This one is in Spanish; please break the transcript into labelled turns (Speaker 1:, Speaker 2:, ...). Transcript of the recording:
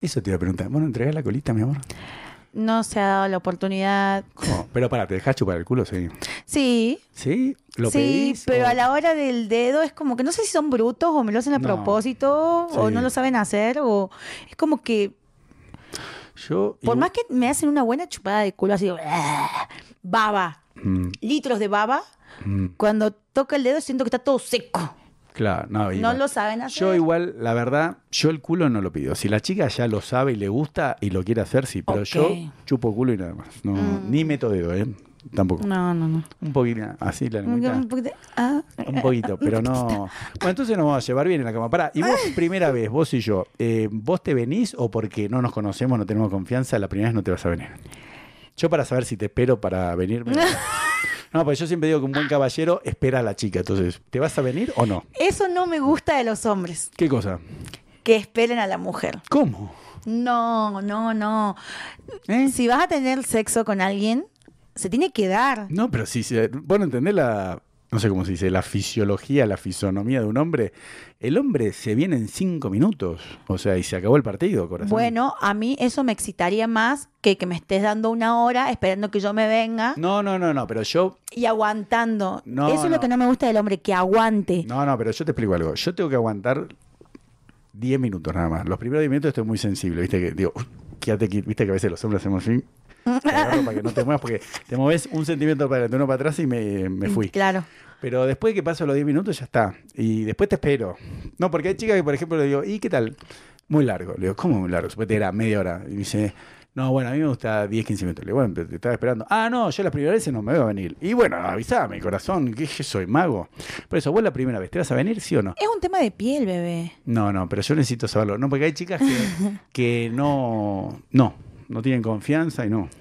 Speaker 1: Eso te iba a preguntar. Bueno, entregas la colita, mi amor.
Speaker 2: No se ha dado la oportunidad.
Speaker 1: ¿Cómo? Pero para, te dejas chupar el culo, sí.
Speaker 2: Sí,
Speaker 1: ¿Sí? ¿Lo
Speaker 2: sí,
Speaker 1: pedís?
Speaker 2: pero
Speaker 1: o-
Speaker 2: a la hora del dedo es como que no sé si son brutos o me lo hacen a
Speaker 1: No.
Speaker 2: propósito o
Speaker 1: Sí.
Speaker 2: no lo saben hacer o es como que
Speaker 1: Yo.
Speaker 2: por
Speaker 1: igual-
Speaker 2: más que me hacen una buena chupada de culo así, ¡ah! baba,
Speaker 1: Mm,
Speaker 2: litros de baba,
Speaker 1: mm,
Speaker 2: cuando toca el dedo siento que está todo seco.
Speaker 1: claro, no,
Speaker 2: No
Speaker 1: igual.
Speaker 2: lo saben hacer.
Speaker 1: Yo igual, la verdad, yo el culo no lo pido. Si la chica ya lo sabe y le gusta y lo quiere hacer, sí. Pero
Speaker 2: Ok. Mm.
Speaker 1: yo chupo culo y nada más. No, Ni meto dedo, ¿eh? Tampoco.
Speaker 2: No, no, no.
Speaker 1: Un poquito así la
Speaker 2: Como que
Speaker 1: lengüita.
Speaker 2: un poquito- ah.
Speaker 1: Un poquito, pero no. Bueno, entonces nos vamos a llevar bien en la cama. Pará, y vos, primera vez, vos y yo, eh, ¿vos te venís o porque no nos conocemos, no tenemos confianza, la primera vez no te vas a venir? Yo para saber si te espero para venirme. No, pues yo siempre digo que un buen caballero espera a la chica. Entonces, ¿te vas a venir o no?
Speaker 2: Eso no me gusta de los hombres,
Speaker 1: ¿Qué cosa?
Speaker 2: que esperen a la mujer.
Speaker 1: ¿Cómo?
Speaker 2: No, no, no.
Speaker 1: ¿Eh?
Speaker 2: Si vas a tener sexo con alguien, se tiene que dar.
Speaker 1: No, pero si se, bueno, entendés la, no sé cómo se dice, la fisiología, la fisonomía de un hombre. El hombre se viene en cinco minutos, o sea, y se acabó el partido, corazón.
Speaker 2: Bueno, a mí eso me excitaría más que que me estés dando una hora esperando que yo me venga
Speaker 1: No, no, no, no, pero yo,
Speaker 2: y aguantando.
Speaker 1: No,
Speaker 2: eso es
Speaker 1: no.
Speaker 2: lo que no me gusta del hombre, que aguante.
Speaker 1: no, no, pero yo te explico algo. Yo tengo que aguantar 10 minutos nada más. Los primeros 10 minutos estoy muy sensible, viste que digo, "Uy, quédate aquí, viste que a veces los hombres hacemos así. te agarro para que no te muevas, porque te mueves un centímetro para adelante, uno para atrás y me, me fui.
Speaker 2: Claro.
Speaker 1: Pero después de que paso los 10 minutos ya está. Y después te espero. No, porque hay chicas que, por ejemplo, le digo, ¿y qué tal? Muy largo. Le digo, ¿cómo muy largo? Suponete era media hora. Y me dice, no, bueno, a mí me gusta 10, 15 minutos. Le digo, bueno, pero te estaba esperando. Ah, no, yo las primeras veces no me voy a venir. Y bueno, avísame, corazón, que yo soy mago. Por eso, vos la primera vez, ¿te vas a venir, sí o no?
Speaker 2: Es un tema de piel, bebé.
Speaker 1: No, no, pero yo necesito saberlo. No, porque hay chicas que, que no, no, no tienen confianza y no.